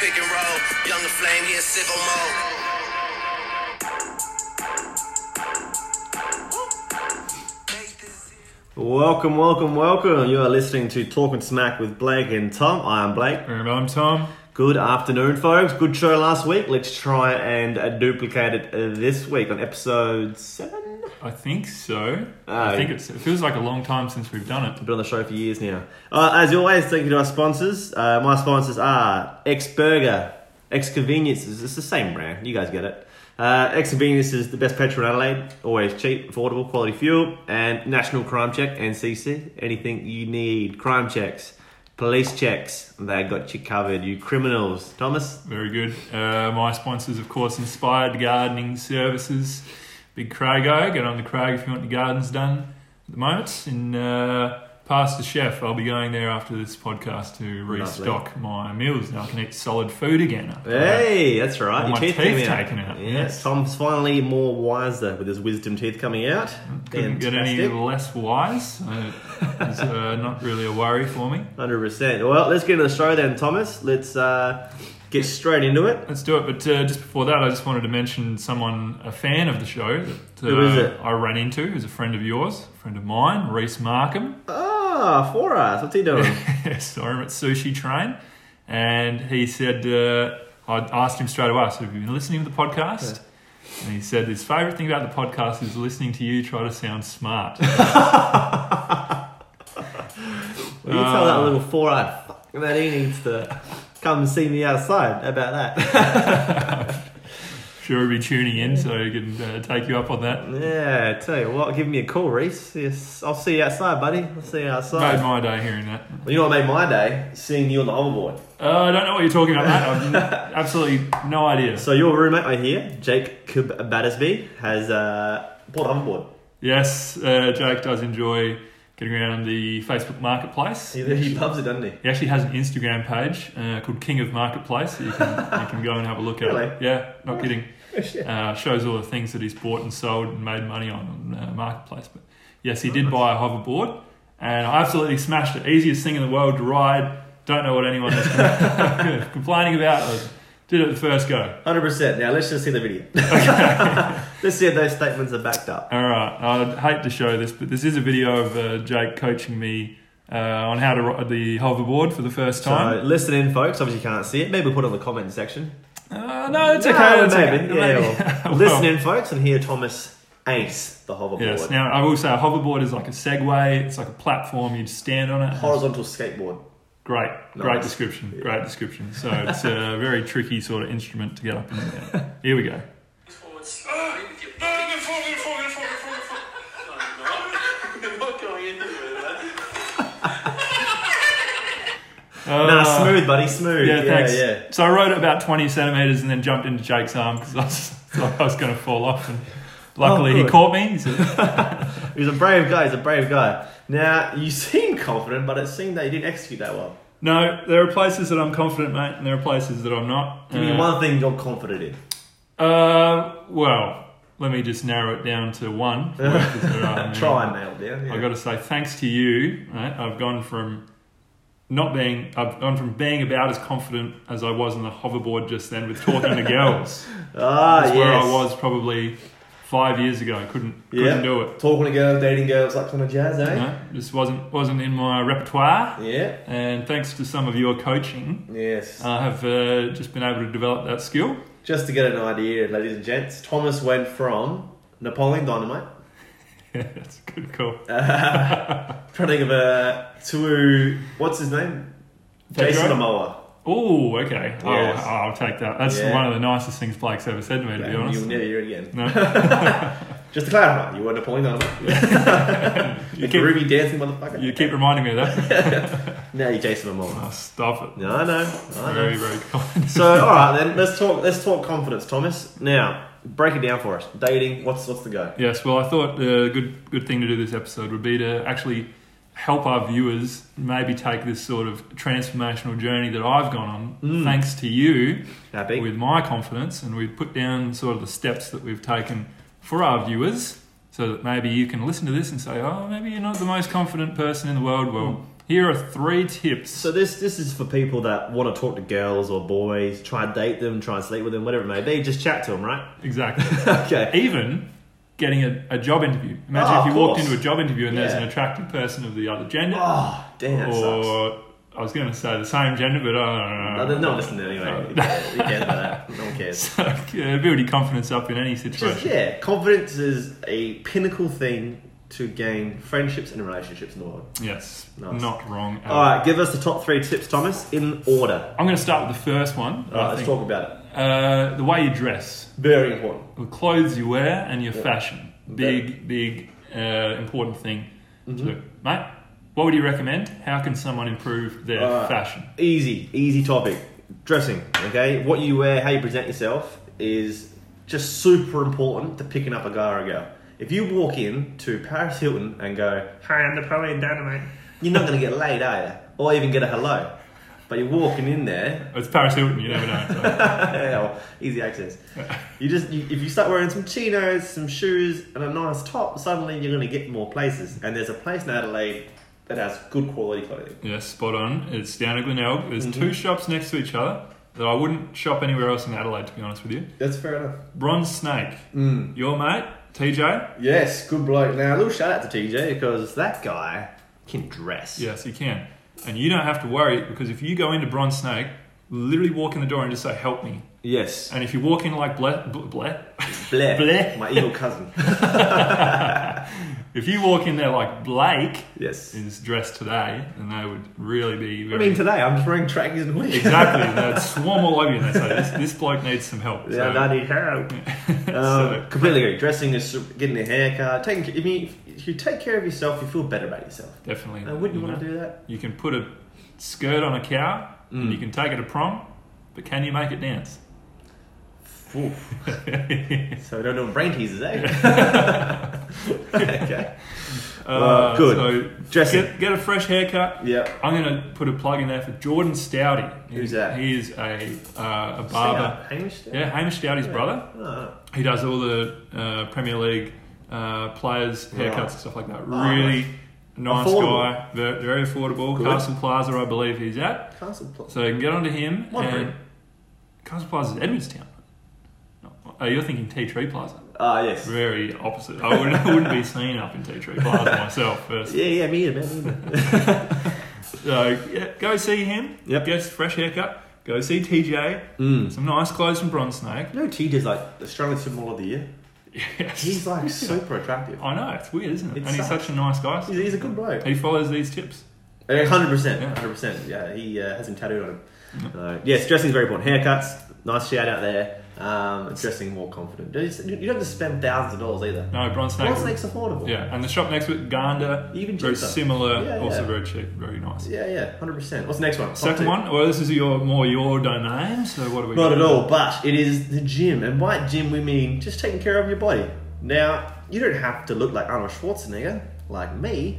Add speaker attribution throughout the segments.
Speaker 1: Pick and roll, younger flame, he in sickle mode.
Speaker 2: Welcome, welcome, welcome. You are listening to Talking Smack with Blake and Tom. I am Blake.
Speaker 3: And I'm Tom.
Speaker 2: Good afternoon, folks. Good show last week. Let's try and uh, duplicate it uh, this week on episode seven.
Speaker 3: I think so.
Speaker 2: Oh.
Speaker 3: I think it's, it feels like a long time since we've done it.
Speaker 2: Been on the show for years now. Uh, as always, thank you to our sponsors. Uh, my sponsors are X Burger, X Conveniences. It's the same brand. You guys get it. Uh, X Conveniences is the best petrol in Adelaide. Always cheap, affordable, quality fuel, and National Crime Check NCC. Anything you need, crime checks, police checks. They got you covered. You criminals, Thomas.
Speaker 3: Very good. Uh, my sponsors, of course, Inspired Gardening Services. Big Crago. Get on the Craig if you want your gardens done at the moment. And uh, Pastor Chef, I'll be going there after this podcast to restock my meals. Now I can eat solid food again. after that.
Speaker 2: Hey, that's right.
Speaker 3: All
Speaker 2: Your
Speaker 3: my
Speaker 2: teeth,
Speaker 3: teeth
Speaker 2: came out.
Speaker 3: taken out,
Speaker 2: Yeah,
Speaker 3: yes.
Speaker 2: Tom's finally more wiser with his wisdom teeth coming out.
Speaker 3: Couldn't get any
Speaker 2: Fantastic.
Speaker 3: less wise. Uh, it's uh, not really a worry for me.
Speaker 2: Hundred percent. Well, let's get into the show then, Thomas. Let's uh, get straight into it.
Speaker 3: Let's do it. But uh, just before that, I just wanted to mention someone, a fan of the show that uh,
Speaker 2: Who is it?
Speaker 3: I ran into, who's a friend of yours, a friend of mine, Reese Markham.
Speaker 2: Ah, for us. What's he doing?
Speaker 3: Saw him at Sushi Train, and he said, uh, I asked him straight away, so have you been listening to the podcast? And he said his favourite thing about the podcast is listening to you try to sound smart.
Speaker 2: Well, you tell that little four-eyed fuck that he needs to come and see me outside about that.
Speaker 3: sure, he'll be tuning in, so he can uh, take you up on that.
Speaker 2: yeah, tell you what, give me a call, Reese. Yes, I'll see you outside, buddy. I'll see you outside.
Speaker 3: Made my day hearing that.
Speaker 2: Well, you know what made my day? Seeing you on the hoverboard.
Speaker 3: Uh, I don't know what you're talking about, mate. I've absolutely no idea.
Speaker 2: So your roommate right here, Jake Kib Battersby, has uh, bought a hoverboard.
Speaker 3: Yes, uh, Jake does enjoy getting around the Facebook Marketplace.
Speaker 2: He, he loves it, doesn't he?
Speaker 3: He actually has an Instagram page uh, called King of Marketplace. that You can, you can go and have a look at
Speaker 2: Really?
Speaker 3: it. Yeah, not kidding.
Speaker 2: Oh, shit.
Speaker 3: Uh, shows all the things that he's bought and sold and made money on on uh, Marketplace. But yes, he did buy a hoverboard, and I absolutely smashed it. Easiest thing in the world to ride. Don't know what anyone is com- complaining about. I did it the first go.
Speaker 2: Hundred percent. Now let's just see the video. let's see if those statements are backed up.
Speaker 3: All right, I'd hate to show this, but this is a video of uh, Jake coaching me uh, on how to ride the hoverboard for the first time.
Speaker 2: So Uh, listen in, folks. Obviously, you can't see it. Maybe we'll put it in the comment section.
Speaker 3: uh, no, it's
Speaker 2: No,
Speaker 3: okay. it's
Speaker 2: maybe.
Speaker 3: okay.
Speaker 2: Yeah, well,
Speaker 3: Well,
Speaker 2: listen in, folks, and hear Thomas ace the hoverboard.
Speaker 3: Yes. Now I will say a hoverboard is like a Segway. It's like a platform. You just stand on it.
Speaker 2: Horizontal skateboard.
Speaker 3: Great,
Speaker 2: Nice.
Speaker 3: great description. Great description. So it's a very tricky sort of instrument to get up in there. Here we go.
Speaker 4: Forwards. with your
Speaker 5: Nej, men fågel, fågel, fågel, fågel, fågel.
Speaker 4: We're not going into it, man.
Speaker 2: nah,
Speaker 3: Uh,
Speaker 2: smooth, buddy, smooth.
Speaker 3: Yeah, thanks.
Speaker 2: yeah.
Speaker 3: So I rode it about 20 centimeters and then jumped into Jake's arm because I was, thought I was going to fall off. And luckily, he
Speaker 2: Oh, good.
Speaker 3: caught me. He said,
Speaker 2: He's a brave guy. He's a brave guy. Now you seem confident, but it seemed that you didn't execute that well.
Speaker 3: no, there are places that I'm confident, mate, and there are places that I'm not.
Speaker 2: Give me
Speaker 3: Uh,
Speaker 2: one thing you're confident in.
Speaker 3: Uh, well, let me just narrow it down to one. because there are
Speaker 2: Try and nail it down. yeah.
Speaker 3: I've got to say, thanks to you, right, I've gone from not being, I've gone from being about as confident as I was on the hoverboard just then with talking to girls.
Speaker 2: ah,
Speaker 3: That's
Speaker 2: yes.
Speaker 3: where I was probably five years ago. I couldn't, couldn't
Speaker 2: Yeah.
Speaker 3: do it.
Speaker 2: Talking to girls, dating girls, that kind of jazz, eh?
Speaker 3: You know, just wasn't wasn't in my repertoire.
Speaker 2: Yeah.
Speaker 3: And thanks to some of your coaching,
Speaker 2: Yes.
Speaker 3: I have uh, just been able to develop that skill.
Speaker 2: Just to get an idea, ladies and gents, Thomas went from Napoleon Dynamite,
Speaker 3: That's a good call.
Speaker 2: trying to give a to what's his name, Jason
Speaker 3: Pedro?
Speaker 2: Momoa.
Speaker 3: Oh, okay. Oh,
Speaker 2: Yes.
Speaker 3: I'll take that. That's
Speaker 2: Yeah.
Speaker 3: one of the nicest things Blake's ever said to me, to be honest.
Speaker 2: You'll never hear it again.
Speaker 3: No,
Speaker 2: Just to clarify, you were Napoleon Dynamite,
Speaker 3: you,
Speaker 2: you
Speaker 3: keep,
Speaker 2: groovy dancing motherfucker.
Speaker 3: you keep reminding me of that.
Speaker 2: now you're Jason Momoa.
Speaker 3: Oh, stop it.
Speaker 2: No, I know, I know.
Speaker 3: Very, very kind.
Speaker 2: So, all right then, let's talk. Let's talk confidence, Thomas. Now, break it down for us. Dating, what's what's the go?
Speaker 3: Yes, well, I thought a good good thing to do this episode would be to actually help our viewers maybe take this sort of transformational journey that I've gone on,
Speaker 2: Mm.
Speaker 3: thanks to you,
Speaker 2: Happy?
Speaker 3: with my confidence, and we've put down sort of the steps that we've taken for our viewers, so that maybe you can listen to this and say, "Oh, maybe you're not the most confident person in the world." Well, Here are three tips.
Speaker 2: Mm. So this this is for people that want to talk to girls or boys, try and date them, try and sleep with them, whatever it may be. Just chat to them, right?
Speaker 3: exactly.
Speaker 2: okay.
Speaker 3: Even getting a, a job interview. Imagine
Speaker 2: Oh,
Speaker 3: if you
Speaker 2: of
Speaker 3: walked
Speaker 2: course.
Speaker 3: into a job interview and there's
Speaker 2: Yeah.
Speaker 3: an attractive person of the other gender.
Speaker 2: Oh, damn, that sucks.
Speaker 3: or I was going to say the same gender, but uh, I
Speaker 2: No,
Speaker 3: don't know.
Speaker 2: they're not listening anyway.
Speaker 3: Oh.
Speaker 2: Who cares about that? No one cares.
Speaker 3: So, yeah, build your confidence up in any situation.
Speaker 2: Just, yeah, confidence is a pinnacle thing to gain friendships and relationships in the world.
Speaker 3: Yes,
Speaker 2: Nice.
Speaker 3: not wrong. At all.
Speaker 2: All right, give us the top three tips, Thomas, in order.
Speaker 3: I'm going to start with the first one.
Speaker 2: All right,
Speaker 3: I
Speaker 2: let's
Speaker 3: think.
Speaker 2: talk about it.
Speaker 3: Uh, the way you dress,
Speaker 2: Very important.
Speaker 3: the clothes you wear, and your fashion. Big, big, uh, important thing. to
Speaker 2: Mm-hmm.
Speaker 3: do. mate, what would you recommend? How can someone improve their
Speaker 2: All right.
Speaker 3: fashion?
Speaker 2: Easy, easy topic. Dressing, okay? What you wear, how you present yourself is just super important to picking up a guy or a girl. If you walk in to Paris Hilton and go, Hi, I'm Napoleon Dynamite, you're not going to get laid, are you? Or even get a hello. But you're walking in there,
Speaker 3: It's Paris Hilton. You never know. So.
Speaker 2: hell, easy access. You just, you, if you start wearing some chinos, some shoes, and a nice top, suddenly you're going to get more places. And there's a place in Adelaide that has good quality clothing.
Speaker 3: yeah, spot on. It's down at Glenelg. There's
Speaker 2: Mm-hmm.
Speaker 3: two shops next to each other that I wouldn't shop anywhere else in Adelaide. To be honest with you,
Speaker 2: That's fair enough.
Speaker 3: Bronze Snake,
Speaker 2: Mm.
Speaker 3: your mate TJ.
Speaker 2: Yes, good bloke. Now, a little shout out to TJ because that guy can dress.
Speaker 3: Yes, you can. And you don't have to worry because if you go into Bronze Snake, literally walk in the door and just say, help me.
Speaker 2: Yes.
Speaker 3: And if you walk in like Blair, Blair
Speaker 2: Blair,
Speaker 3: Blair.
Speaker 2: my evil cousin.
Speaker 3: if you walk in there like Blake
Speaker 2: yes.
Speaker 3: is dressed today, then they would really be
Speaker 2: I
Speaker 3: very.
Speaker 2: mean, today I'm just wearing trackies and hoodies.
Speaker 3: exactly. They'd swarm all over you and they'd say, this, this bloke needs some help.
Speaker 2: Yeah,
Speaker 3: So-
Speaker 2: I need help.
Speaker 3: So-
Speaker 2: Um, completely agree. Dressing is super- getting a haircut. Taking if you if you take care of yourself, you feel better about yourself.
Speaker 3: Definitely.
Speaker 2: And wouldn't you
Speaker 3: know.
Speaker 2: want to do that?
Speaker 3: You can put a skirt on a cow
Speaker 2: Mm.
Speaker 3: and you can take it to prom, but can you make it dance?
Speaker 2: Oof. So we don't do brain teasers, eh? okay.
Speaker 3: Uh,
Speaker 2: good.
Speaker 3: So
Speaker 2: Dressing.
Speaker 3: Get, get a fresh haircut.
Speaker 2: Yep.
Speaker 3: I'm going to put a plug in there for Jordan Stoudy.
Speaker 2: Who's that?
Speaker 3: He is a, uh, a
Speaker 2: Singer,
Speaker 3: barber.
Speaker 2: Hamish.
Speaker 3: Yeah, Hamish Stoudy's brother.
Speaker 2: Oh,
Speaker 3: He does all the uh, Premier League uh, players' haircuts
Speaker 2: Right.
Speaker 3: and stuff like that.
Speaker 2: Oh,
Speaker 3: Really nice
Speaker 2: Affordable.
Speaker 3: guy. Very, very affordable.
Speaker 2: Good.
Speaker 3: Carson Plaza, I believe he's at.
Speaker 2: Castle Plus.
Speaker 3: So you can get onto him.
Speaker 2: What
Speaker 3: and
Speaker 2: route?
Speaker 3: Carson Plaza's Edmondstown. No, Oh, you're thinking Tea Tree Plaza.
Speaker 2: Ah, yes.
Speaker 3: Very opposite. I wouldn't, I wouldn't be seen up in Tea Tree Plaza myself. First.
Speaker 2: Yeah, yeah, me either, man. me either.
Speaker 3: So Uh, yeah, go see him.
Speaker 2: Yep. Mm.
Speaker 3: Get a fresh haircut. Go see TJ. Some nice clothes from Bronze Snake.
Speaker 2: You know, TJ's like Australian footballer of the year.
Speaker 3: Yes.
Speaker 2: He's like super attractive.
Speaker 3: I know, it's weird, isn't it?
Speaker 2: It
Speaker 3: and he's
Speaker 2: sucks.
Speaker 3: such a nice guy.
Speaker 2: He's, he's a good bloke.
Speaker 3: He follows these tips.
Speaker 2: Hundred percent,
Speaker 3: Yeah.
Speaker 2: hundred percent. Yeah, he uh, has him tattooed on him. So, yes, dressing's very important. Haircuts, nice shout out there. Um, dressing more confident. You just- You don't have to spend thousands of dollars either.
Speaker 3: No, Bronze Snake.
Speaker 2: What's next affordable?
Speaker 3: Yeah, and the shop next to it, Gander.
Speaker 2: Even
Speaker 3: very
Speaker 2: cheaper.
Speaker 3: similar,
Speaker 2: Yeah,
Speaker 3: also
Speaker 2: yeah.
Speaker 3: very cheap, very nice.
Speaker 2: yeah, yeah, hundred percent. What's the next one? Top
Speaker 3: Second
Speaker 2: two.
Speaker 3: one, well, this is your more your domain, so what do we
Speaker 2: Not
Speaker 3: got?
Speaker 2: at all, but it is the gym. And by gym, we mean just taking care of your body. Now, you don't have to look like Arnold Schwarzenegger, like me.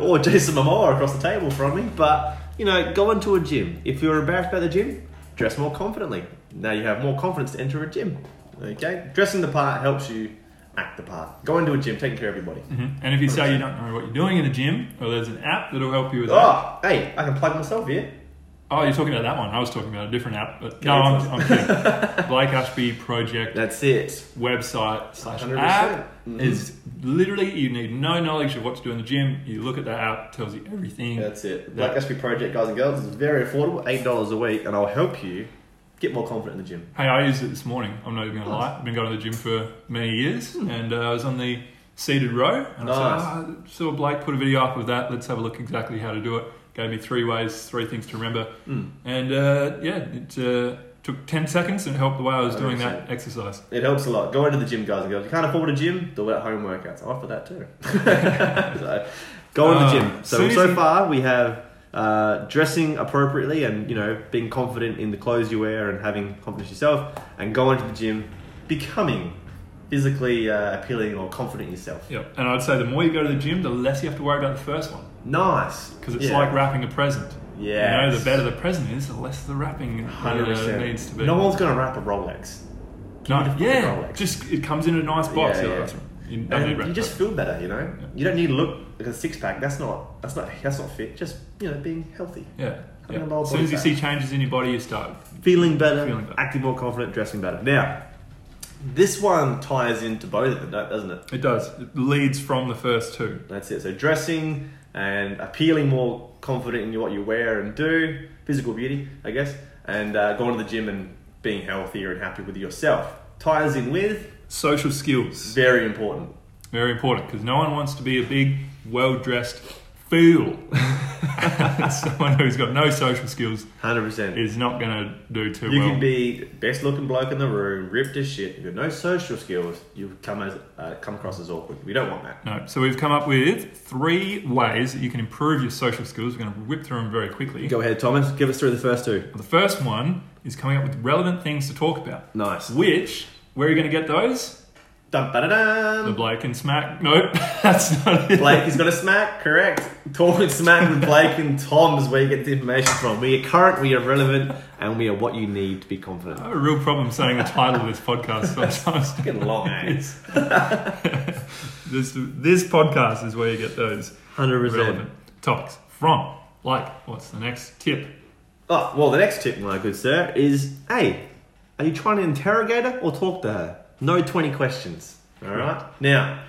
Speaker 2: or Jason Momoa across the table from me. But, you know, go into a gym. If you're embarrassed about the gym, dress more confidently. Now you have more confidence to enter a gym. Okay? Dressing the part helps you act the part. Go into a gym, taking care of your body.
Speaker 3: Mhm. And if you say you don't know what you're doing in the gym, well, there's an app that'll help you with that.
Speaker 2: Oh, hey, I can plug myself here.
Speaker 3: Oh, you're talking about that one. I was talking about a different app, but no,
Speaker 2: Yeah,
Speaker 3: I'm,
Speaker 2: it's
Speaker 3: I'm kidding. Blake Ashby Project
Speaker 2: That's it.
Speaker 3: website slash
Speaker 2: 100%.
Speaker 3: app is literally you need no knowledge of what to do in the gym. You look at that app, it tells you everything.
Speaker 2: That's it.
Speaker 3: Yeah.
Speaker 2: Black Gatsby Project, guys and girls, is very affordable, eight dollars a week, and I'll help you get more confident in the gym.
Speaker 3: Hey, I used it this morning. I'm not even gonna lie. I've been going to the gym for many years, and uh, I was on the seated row, and
Speaker 2: Hmm.
Speaker 3: I
Speaker 2: Nice.
Speaker 3: said, oh, I saw Blake put a video up of that. Let's have a look exactly how to do it. Gave me three ways, three things to remember,
Speaker 2: Hmm.
Speaker 3: and uh, yeah, it uh, took ten seconds and helped the way I was doing that
Speaker 2: 100%.
Speaker 3: exercise.
Speaker 2: It helps a lot. Go into the gym, guys and girls. If you can't afford a gym, do at home workouts. I offer that too. so, go into
Speaker 3: Uh,
Speaker 2: the gym. So
Speaker 3: soon as
Speaker 2: so
Speaker 3: you-
Speaker 2: far we have uh, dressing appropriately and you know being confident in the clothes you wear and having confidence yourself, and go into the gym, becoming physically uh, appealing or confident in yourself.
Speaker 3: Yep. And I'd say the more you go to the gym, the less you have to worry about the first one
Speaker 2: Nice,
Speaker 3: because it's
Speaker 2: Yeah.
Speaker 3: like wrapping a present. You know,
Speaker 2: Yes.
Speaker 3: the better the present is, the less the wrapping uh,
Speaker 2: 100%.
Speaker 3: needs to be.
Speaker 2: No one's gonna wrap a Rolex.
Speaker 3: No,
Speaker 2: Beautiful
Speaker 3: yeah,
Speaker 2: Rolex.
Speaker 3: just it comes in a nice box.
Speaker 2: Yeah,
Speaker 3: Yeah,
Speaker 2: yeah.
Speaker 3: that's right. You,
Speaker 2: And
Speaker 3: don't need
Speaker 2: you
Speaker 3: wrapped
Speaker 2: just
Speaker 3: up.
Speaker 2: feel better, you know. You don't need to look like a six pack. That's not that's not that's not fit. Just you know, being healthy,
Speaker 3: yeah.
Speaker 2: having a
Speaker 3: yeah.
Speaker 2: lower
Speaker 3: As soon as
Speaker 2: body
Speaker 3: you
Speaker 2: fat.
Speaker 3: see changes in your body, you start.
Speaker 2: feeling better,
Speaker 3: Feeling better.
Speaker 2: acting more confident, dressing better. Now, this one ties into both of them, doesn't it?
Speaker 3: It does. It leads from the first two.
Speaker 2: That's it. So dressing and appealing more confident in what you wear and do, physical beauty, I guess, and uh, going to the gym and being healthier and happy with yourself ties in with
Speaker 3: Social skills.
Speaker 2: very important.
Speaker 3: Very important because no one wants to be a big, well dressed fool. Someone who's got no social skills
Speaker 2: Hundred percent.
Speaker 3: is not going to do too
Speaker 2: You
Speaker 3: well.
Speaker 2: can be best looking bloke in the room, ripped as shit. You've got no social skills. You come as uh, come across as awkward. We don't want that.
Speaker 3: no. So we've come up with three ways that you can improve your social skills. We're going to whip through them very quickly.
Speaker 2: Go ahead, Thomas. Give us through the first two.
Speaker 3: The first one is coming up with relevant things to talk about.
Speaker 2: Nice.
Speaker 3: Which, where are you going to get those?
Speaker 2: Dum ba da
Speaker 3: The
Speaker 2: dum.
Speaker 3: Blake and Smack. Nope, that's not it.
Speaker 2: Blake has got a smack, correct. Talking smack with Blake and Tom is where you get the information from. We are current, we are relevant, and we are what you need to be confident.
Speaker 3: I have a real problem saying the title of this podcast sometimes.
Speaker 2: Fucking long, eh?
Speaker 3: It's- this, this podcast is where you get those
Speaker 2: 100%.
Speaker 3: relevant topics from. Like, what's the next tip?
Speaker 2: Oh, well, the next tip, my good sir, is hey, are you trying to interrogate her or talk to her? No 20 questions. All right? Now,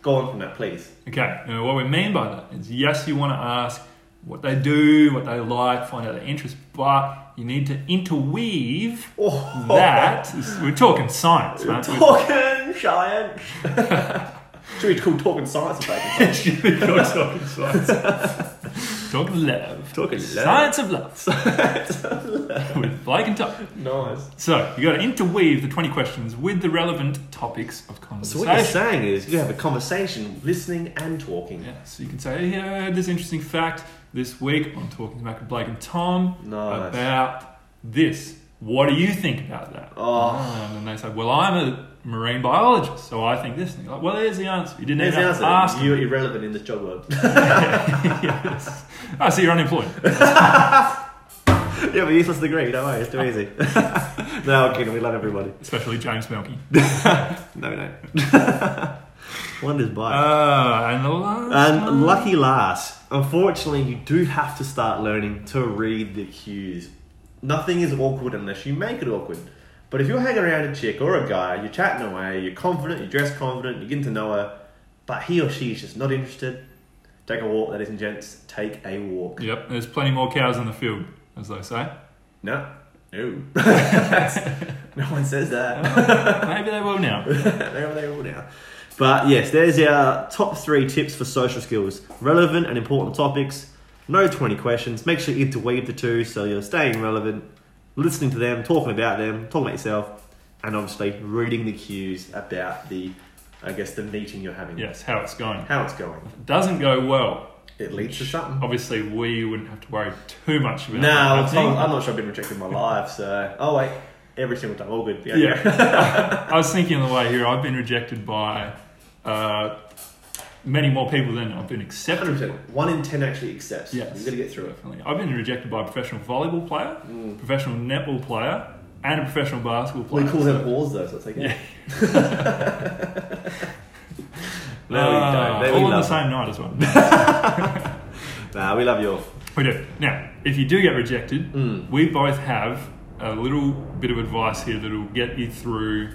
Speaker 2: go on from that, please.
Speaker 3: Okay, now what we mean by that is yes, you want to ask what they do, what they like, find out their interests, but you need to interweave
Speaker 2: Oh.
Speaker 3: that. We're talking science, man.
Speaker 2: Talking science. Should we call talking science baby?
Speaker 3: You're talking science. talking love.
Speaker 2: Talking love.
Speaker 3: Science of love. with Blake and Top.
Speaker 2: nice.
Speaker 3: So you got to interweave the 20 questions with the relevant topics of
Speaker 2: So
Speaker 3: conversation.
Speaker 2: what you're saying is you have a conversation, listening and talking.
Speaker 3: Yeah, so you can say, "Hey, I heard this interesting fact this week on Talking Smack with Blake and Tom
Speaker 2: Nice.
Speaker 3: about this. What do you think about that?
Speaker 2: Oh.
Speaker 3: And then they say, well, I'm a marine biologist, so I think this. And you're like, well, there's the answer. You didn't
Speaker 2: There's
Speaker 3: even
Speaker 2: the
Speaker 3: have to ask
Speaker 2: answer.
Speaker 3: them.
Speaker 2: You're irrelevant in this job world.
Speaker 3: yes. Oh, so you're unemployed.
Speaker 2: yeah, but useless degree. Don't worry, it's too easy. no, I'm kidding. We love everybody.
Speaker 3: Especially James Melky.
Speaker 2: No, no. Wonders by.
Speaker 3: Uh, and the last
Speaker 2: and
Speaker 3: one.
Speaker 2: lucky last, unfortunately, you do have to start learning to read the cues. Nothing is awkward unless you make it awkward. But if you're hanging around a chick or a guy, you're chatting away, you're confident, you dress confident, you're getting to know her, but he or she is just not interested, take a walk, ladies and gents. Take a walk.
Speaker 3: Yep, there's plenty more cows in the field, as they say.
Speaker 2: No. No. That's- no one says that.
Speaker 3: Maybe they will now.
Speaker 2: They're they all now. But yes, there's our top three tips for social skills. Relevant and important topics. No 20 questions. Make sure you interweave the two so you're staying relevant, listening to them, talking about them, talking about yourself, and obviously reading the cues about the, I guess, the meeting you're having.
Speaker 3: Yes, how it's going.
Speaker 2: How it's going.
Speaker 3: Doesn't go well.
Speaker 2: It leads to something.
Speaker 3: Obviously, we wouldn't have to worry too much about
Speaker 2: No,
Speaker 3: that.
Speaker 2: I'm, told- I'm not sure I've been rejected in my life, so. Oh, wait. Every single time. All good.
Speaker 3: Yeah. I was thinking on the way here, I've been rejected by uh, many more people than I've been accepted.
Speaker 2: 100%. One in 10 actually accepts.
Speaker 3: Yes.
Speaker 2: You've got to get through it.
Speaker 3: Definitely. I've been rejected by a professional volleyball player, professional netball player, and a professional basketball
Speaker 2: Mm. We
Speaker 3: player.
Speaker 2: call
Speaker 3: So-
Speaker 2: them wars though, so it's like, yeah.
Speaker 3: Yeah.
Speaker 2: No, we don't.
Speaker 3: Ah,
Speaker 2: They-
Speaker 3: all
Speaker 2: we
Speaker 3: on the
Speaker 2: love
Speaker 3: same night as well.
Speaker 2: Nah, we love you all.
Speaker 3: We do. Now, if you do get rejected,
Speaker 2: Mm.
Speaker 3: we both have a little bit of advice here that'll get you through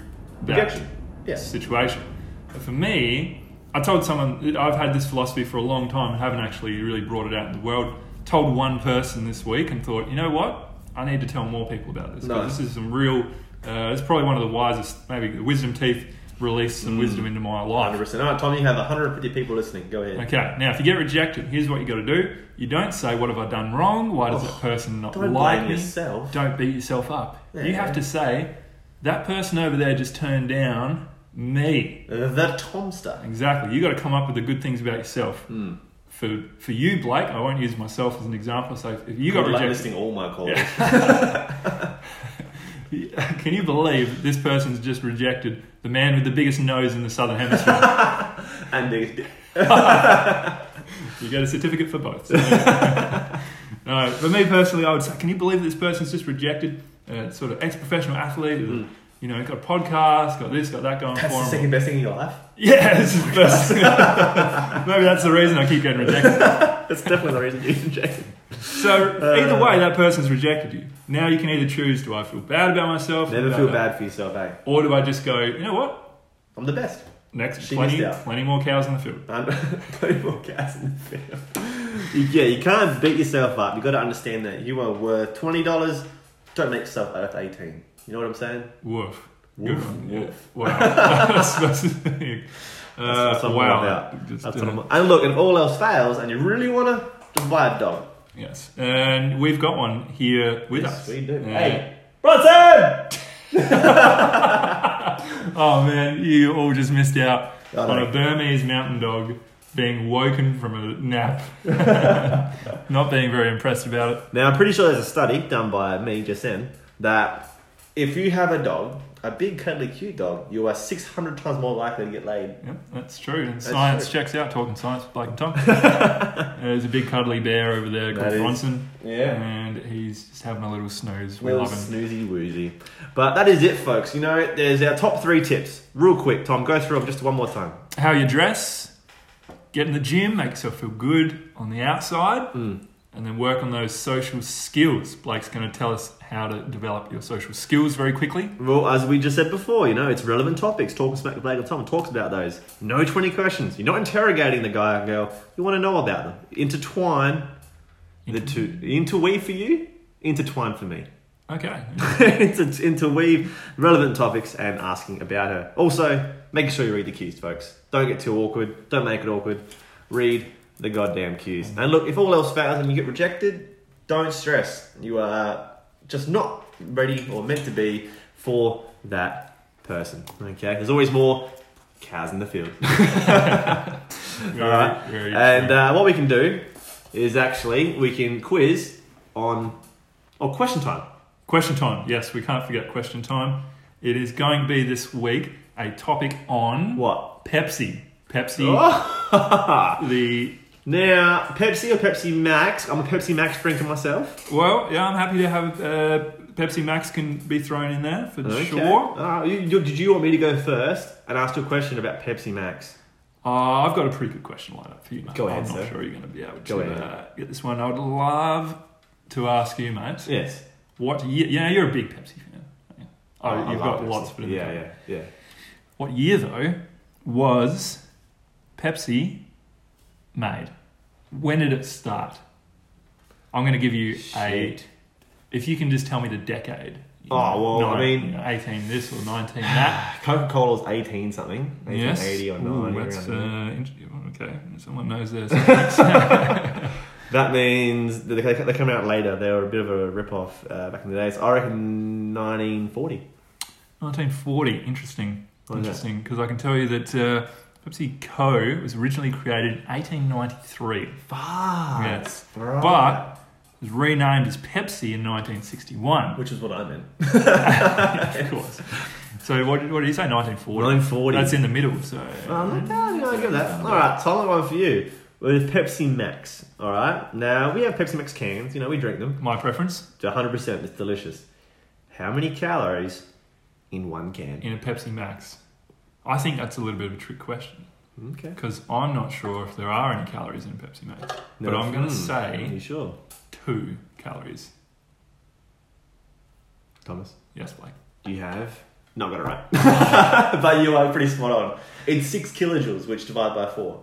Speaker 3: that
Speaker 2: Rejection. Yeah.
Speaker 3: situation. For me, I told someone I've had this philosophy for a long time and haven't actually really brought it out in the world. Told one person this week and thought, you know what? I need to tell more people about this. 'cause
Speaker 2: Nice.
Speaker 3: This is some real. Uh, it's probably one of the wisest, maybe the wisdom teeth released
Speaker 2: Mm.
Speaker 3: some wisdom into my life.
Speaker 2: 100%. All right, Tom, you have 150 people listening. Go ahead.
Speaker 3: Okay, now if you get rejected, here's what you got to do. You don't say, What have I done wrong? Why does that person not
Speaker 2: don't
Speaker 3: like
Speaker 2: blame
Speaker 3: me?
Speaker 2: yourself.
Speaker 3: Don't beat yourself up. You
Speaker 2: Yeah.
Speaker 3: have to say, That person over there just turned down me.
Speaker 2: Uh, The Tomster.
Speaker 3: Exactly. you got to come up with the good things about yourself.
Speaker 2: Hmm.
Speaker 3: For, for you, Blake, I won't use myself as an example. So if you got
Speaker 2: Good luck
Speaker 3: rejected,
Speaker 2: listening all my calls.
Speaker 3: can you believe that this person's just rejected the man with the biggest nose in the southern hemisphere?
Speaker 2: And the,
Speaker 3: you get a certificate for both. No, for me personally, I would say, can you believe this person's just rejected uh, sort of ex-professional athlete, you know, got a podcast, got this, got that going
Speaker 2: Hmm. That's
Speaker 3: for
Speaker 2: the
Speaker 3: him.
Speaker 2: second best thing in your life.
Speaker 3: Yeah, this is the best. Maybe that's the reason I keep getting rejected.
Speaker 2: That's definitely the reason you rejected.
Speaker 3: So
Speaker 2: Uh,
Speaker 3: either way, that person's rejected you. Now you can either choose: do I feel bad about myself?
Speaker 2: Never
Speaker 3: about
Speaker 2: feel
Speaker 3: that?
Speaker 2: bad for yourself, eh?
Speaker 3: Or do I just go? You know what?
Speaker 2: I'm the best.
Speaker 3: Next,
Speaker 2: She
Speaker 3: plenty,
Speaker 2: missed out.
Speaker 3: plenty more cows in the field.
Speaker 2: I'm putting more gas in the field. You, yeah, you can't beat yourself up. You've got to understand that you are worth twenty dollars. Don't make yourself worth eighteen. You know what I'm saying?
Speaker 3: Woof.
Speaker 2: Woof,
Speaker 3: Good one.
Speaker 2: woof.
Speaker 3: Wow. that's, that's, uh,
Speaker 2: That's what I'm
Speaker 3: wow.
Speaker 2: all about.
Speaker 3: Just,
Speaker 2: That's
Speaker 3: uh,
Speaker 2: what I'm, and look, if all else fails, and you really want to, just buy a dog.
Speaker 3: Yes, and we've got one here with us. Uh,
Speaker 2: we do.
Speaker 3: Yeah.
Speaker 2: Hey, Bronson!
Speaker 3: Oh man, you all just missed out
Speaker 2: I know.
Speaker 3: on a Burmese mountain dog being woken from a nap. Not being very impressed about it.
Speaker 2: Now I'm pretty sure there's a study done by me just then that if you have a dog, a big cuddly cute dog, you are 600 times more likely to get laid.
Speaker 3: Yep, that's true. And science
Speaker 2: true.
Speaker 3: checks out talking science with Blake and Tom. There's a big cuddly bear over there
Speaker 2: That
Speaker 3: called
Speaker 2: is-
Speaker 3: Bronson.
Speaker 2: Yeah.
Speaker 3: And he's just having a little snooze. We
Speaker 2: Little
Speaker 3: love him.
Speaker 2: snoozy woozy. But that is it, folks. You know, there's our top three tips. Real quick, Tom, go through them just one more time.
Speaker 3: how you dress, get in the gym, make yourself feel good on the outside,
Speaker 2: Hmm.
Speaker 3: and then work on those social skills. Blake's going to tell us how to develop your social skills very quickly.
Speaker 2: Well, as we just said before, you know, it's relevant topics. Talking Smack with Blake and Tom talks about those. No 20 questions. You're not interrogating the guy and girl. You want to know about them. Intertwine the two. Interweave for you, intertwine for me.
Speaker 3: Okay.
Speaker 2: Inter- interweave relevant topics and asking about her. Also, making sure you read the cues, folks. Don't get too awkward. Don't make it awkward. Read the goddamn cues. And look, if all else fails and you get rejected, don't stress. You are just not ready or meant to be for that person. Okay? There's always more cows in the field.
Speaker 3: Very,
Speaker 2: All right.
Speaker 3: very
Speaker 2: And
Speaker 3: true.
Speaker 2: uh, what we can do is actually we can quiz on or question time.
Speaker 3: question time. Yes, we can't forget question time. It is going to be this week a topic on
Speaker 2: What? Oh!
Speaker 3: Pepsi. Pepsi, the
Speaker 2: Now, Pepsi or Pepsi Max? I'm a Pepsi Max drinker myself.
Speaker 3: well, yeah, I'm happy to have uh, Pepsi Max can be thrown in there for sure.
Speaker 2: Uh, you, you- did you want me to go first and ask you a question about Pepsi Max?
Speaker 3: Uh, I've got a pretty good question lined up for you, mate.
Speaker 2: Go ahead,
Speaker 3: I'm
Speaker 2: sir.
Speaker 3: not sure you're going to be able to
Speaker 2: Go ahead.
Speaker 3: Uh, get this one. I would love to ask you, mate.
Speaker 2: Yes.
Speaker 3: What year? Yeah, you're a big Pepsi fan. aren't you? Oh,
Speaker 2: I
Speaker 3: you've
Speaker 2: love
Speaker 3: got
Speaker 2: Pepsi.
Speaker 3: lots of it. In the
Speaker 2: Yeah,
Speaker 3: cup.
Speaker 2: yeah, yeah.
Speaker 3: What year though was Pepsi made? When did it start? I'm going to give you a.
Speaker 2: Shit.
Speaker 3: If you can just tell me the decade. you
Speaker 2: Oh, well, I mean-
Speaker 3: you know, 18 this or 19 that.
Speaker 2: Coca Cola's 18 something, 1880 or 90.
Speaker 3: Ooh, that's,
Speaker 2: around there.
Speaker 3: uh, int- okay. Someone knows this.
Speaker 2: That means that they, they come out later. They were a bit of a rip off uh, back in the days. I reckon 1940.
Speaker 3: 1940. Interesting.
Speaker 2: Why is that?
Speaker 3: Interesting. Because I can tell you that uh, Pepsi Co. was originally created in 1893.
Speaker 2: Fuck.
Speaker 3: Yes.
Speaker 2: Right.
Speaker 3: But it was renamed as Pepsi in 1961,
Speaker 2: Which is what I meant.
Speaker 3: of course. So what, what did you say? 1940.
Speaker 2: 1940.
Speaker 3: That's in the middle. So
Speaker 2: Um, okay, yeah, I get that. All right, Tyler, one for you. With Pepsi Max, all right? Now, we have Pepsi Max cans. You know, we drink them.
Speaker 3: my preference
Speaker 2: It's 100%. It's delicious. How many calories in one can?
Speaker 3: in a Pepsi Max. I think that's a little bit of a trick question
Speaker 2: Okay.
Speaker 3: because I'm not sure if there are any calories in a Pepsi Max. but
Speaker 2: No,
Speaker 3: I'm going to
Speaker 2: hmm,
Speaker 3: say
Speaker 2: Are you sure,
Speaker 3: two calories.
Speaker 2: Thomas?
Speaker 3: Yes, Blake.
Speaker 2: You have not got it right. but you are pretty spot on. It's 6 kilojoules, which divide by 4.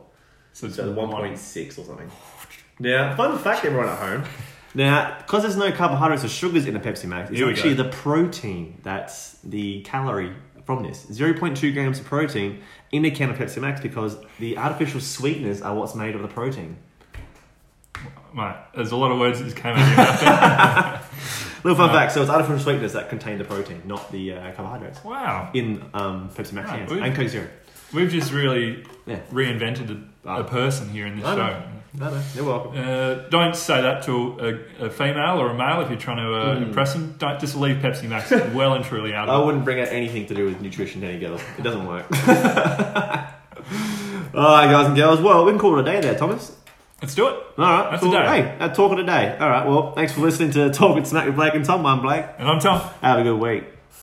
Speaker 3: So it's
Speaker 2: So the
Speaker 3: one-
Speaker 2: 1.6 or something. Now, fun fact, everyone at home. Now, because there's no carbohydrates or sugars in a Pepsi Max, it's
Speaker 3: Here we
Speaker 2: actually
Speaker 3: go.
Speaker 2: the protein that's the calorie from this. 0.2 grams of protein in a can of Pepsi Max because the artificial sweeteners are what's made of the protein.
Speaker 3: Mate, there's a lot of words that just came out of your mouth.
Speaker 2: Little fun fact, so it's artificial sweeteners that contain the protein, not the uh, carbohydrates.
Speaker 3: Wow.
Speaker 2: In um, Pepsi Max
Speaker 3: Right,
Speaker 2: cans
Speaker 3: we've-
Speaker 2: and Coke Zero.
Speaker 3: We've just really
Speaker 2: Yeah.
Speaker 3: reinvented a,
Speaker 2: Ah.
Speaker 3: a person here in this
Speaker 2: I
Speaker 3: show.
Speaker 2: know. No, no, you're welcome.
Speaker 3: Uh, don't say that to a, a female or a male if you're trying to uh, impress them. Don't just leave Pepsi Max well and truly out
Speaker 2: Hmm. I
Speaker 3: of it.
Speaker 2: wouldn't bring out anything to do with nutrition to any girls. It doesn't work. All right, guys and girls. Well, we can call it a day there, Thomas.
Speaker 3: Let's do it.
Speaker 2: All right,
Speaker 3: That's
Speaker 2: cool.
Speaker 3: a day.
Speaker 2: Hey, that's talk of the day. All right. Well, thanks for listening to Talk It Smack with Blake and Tom. I'm Blake.
Speaker 3: And I'm Tom.
Speaker 2: Have a good week.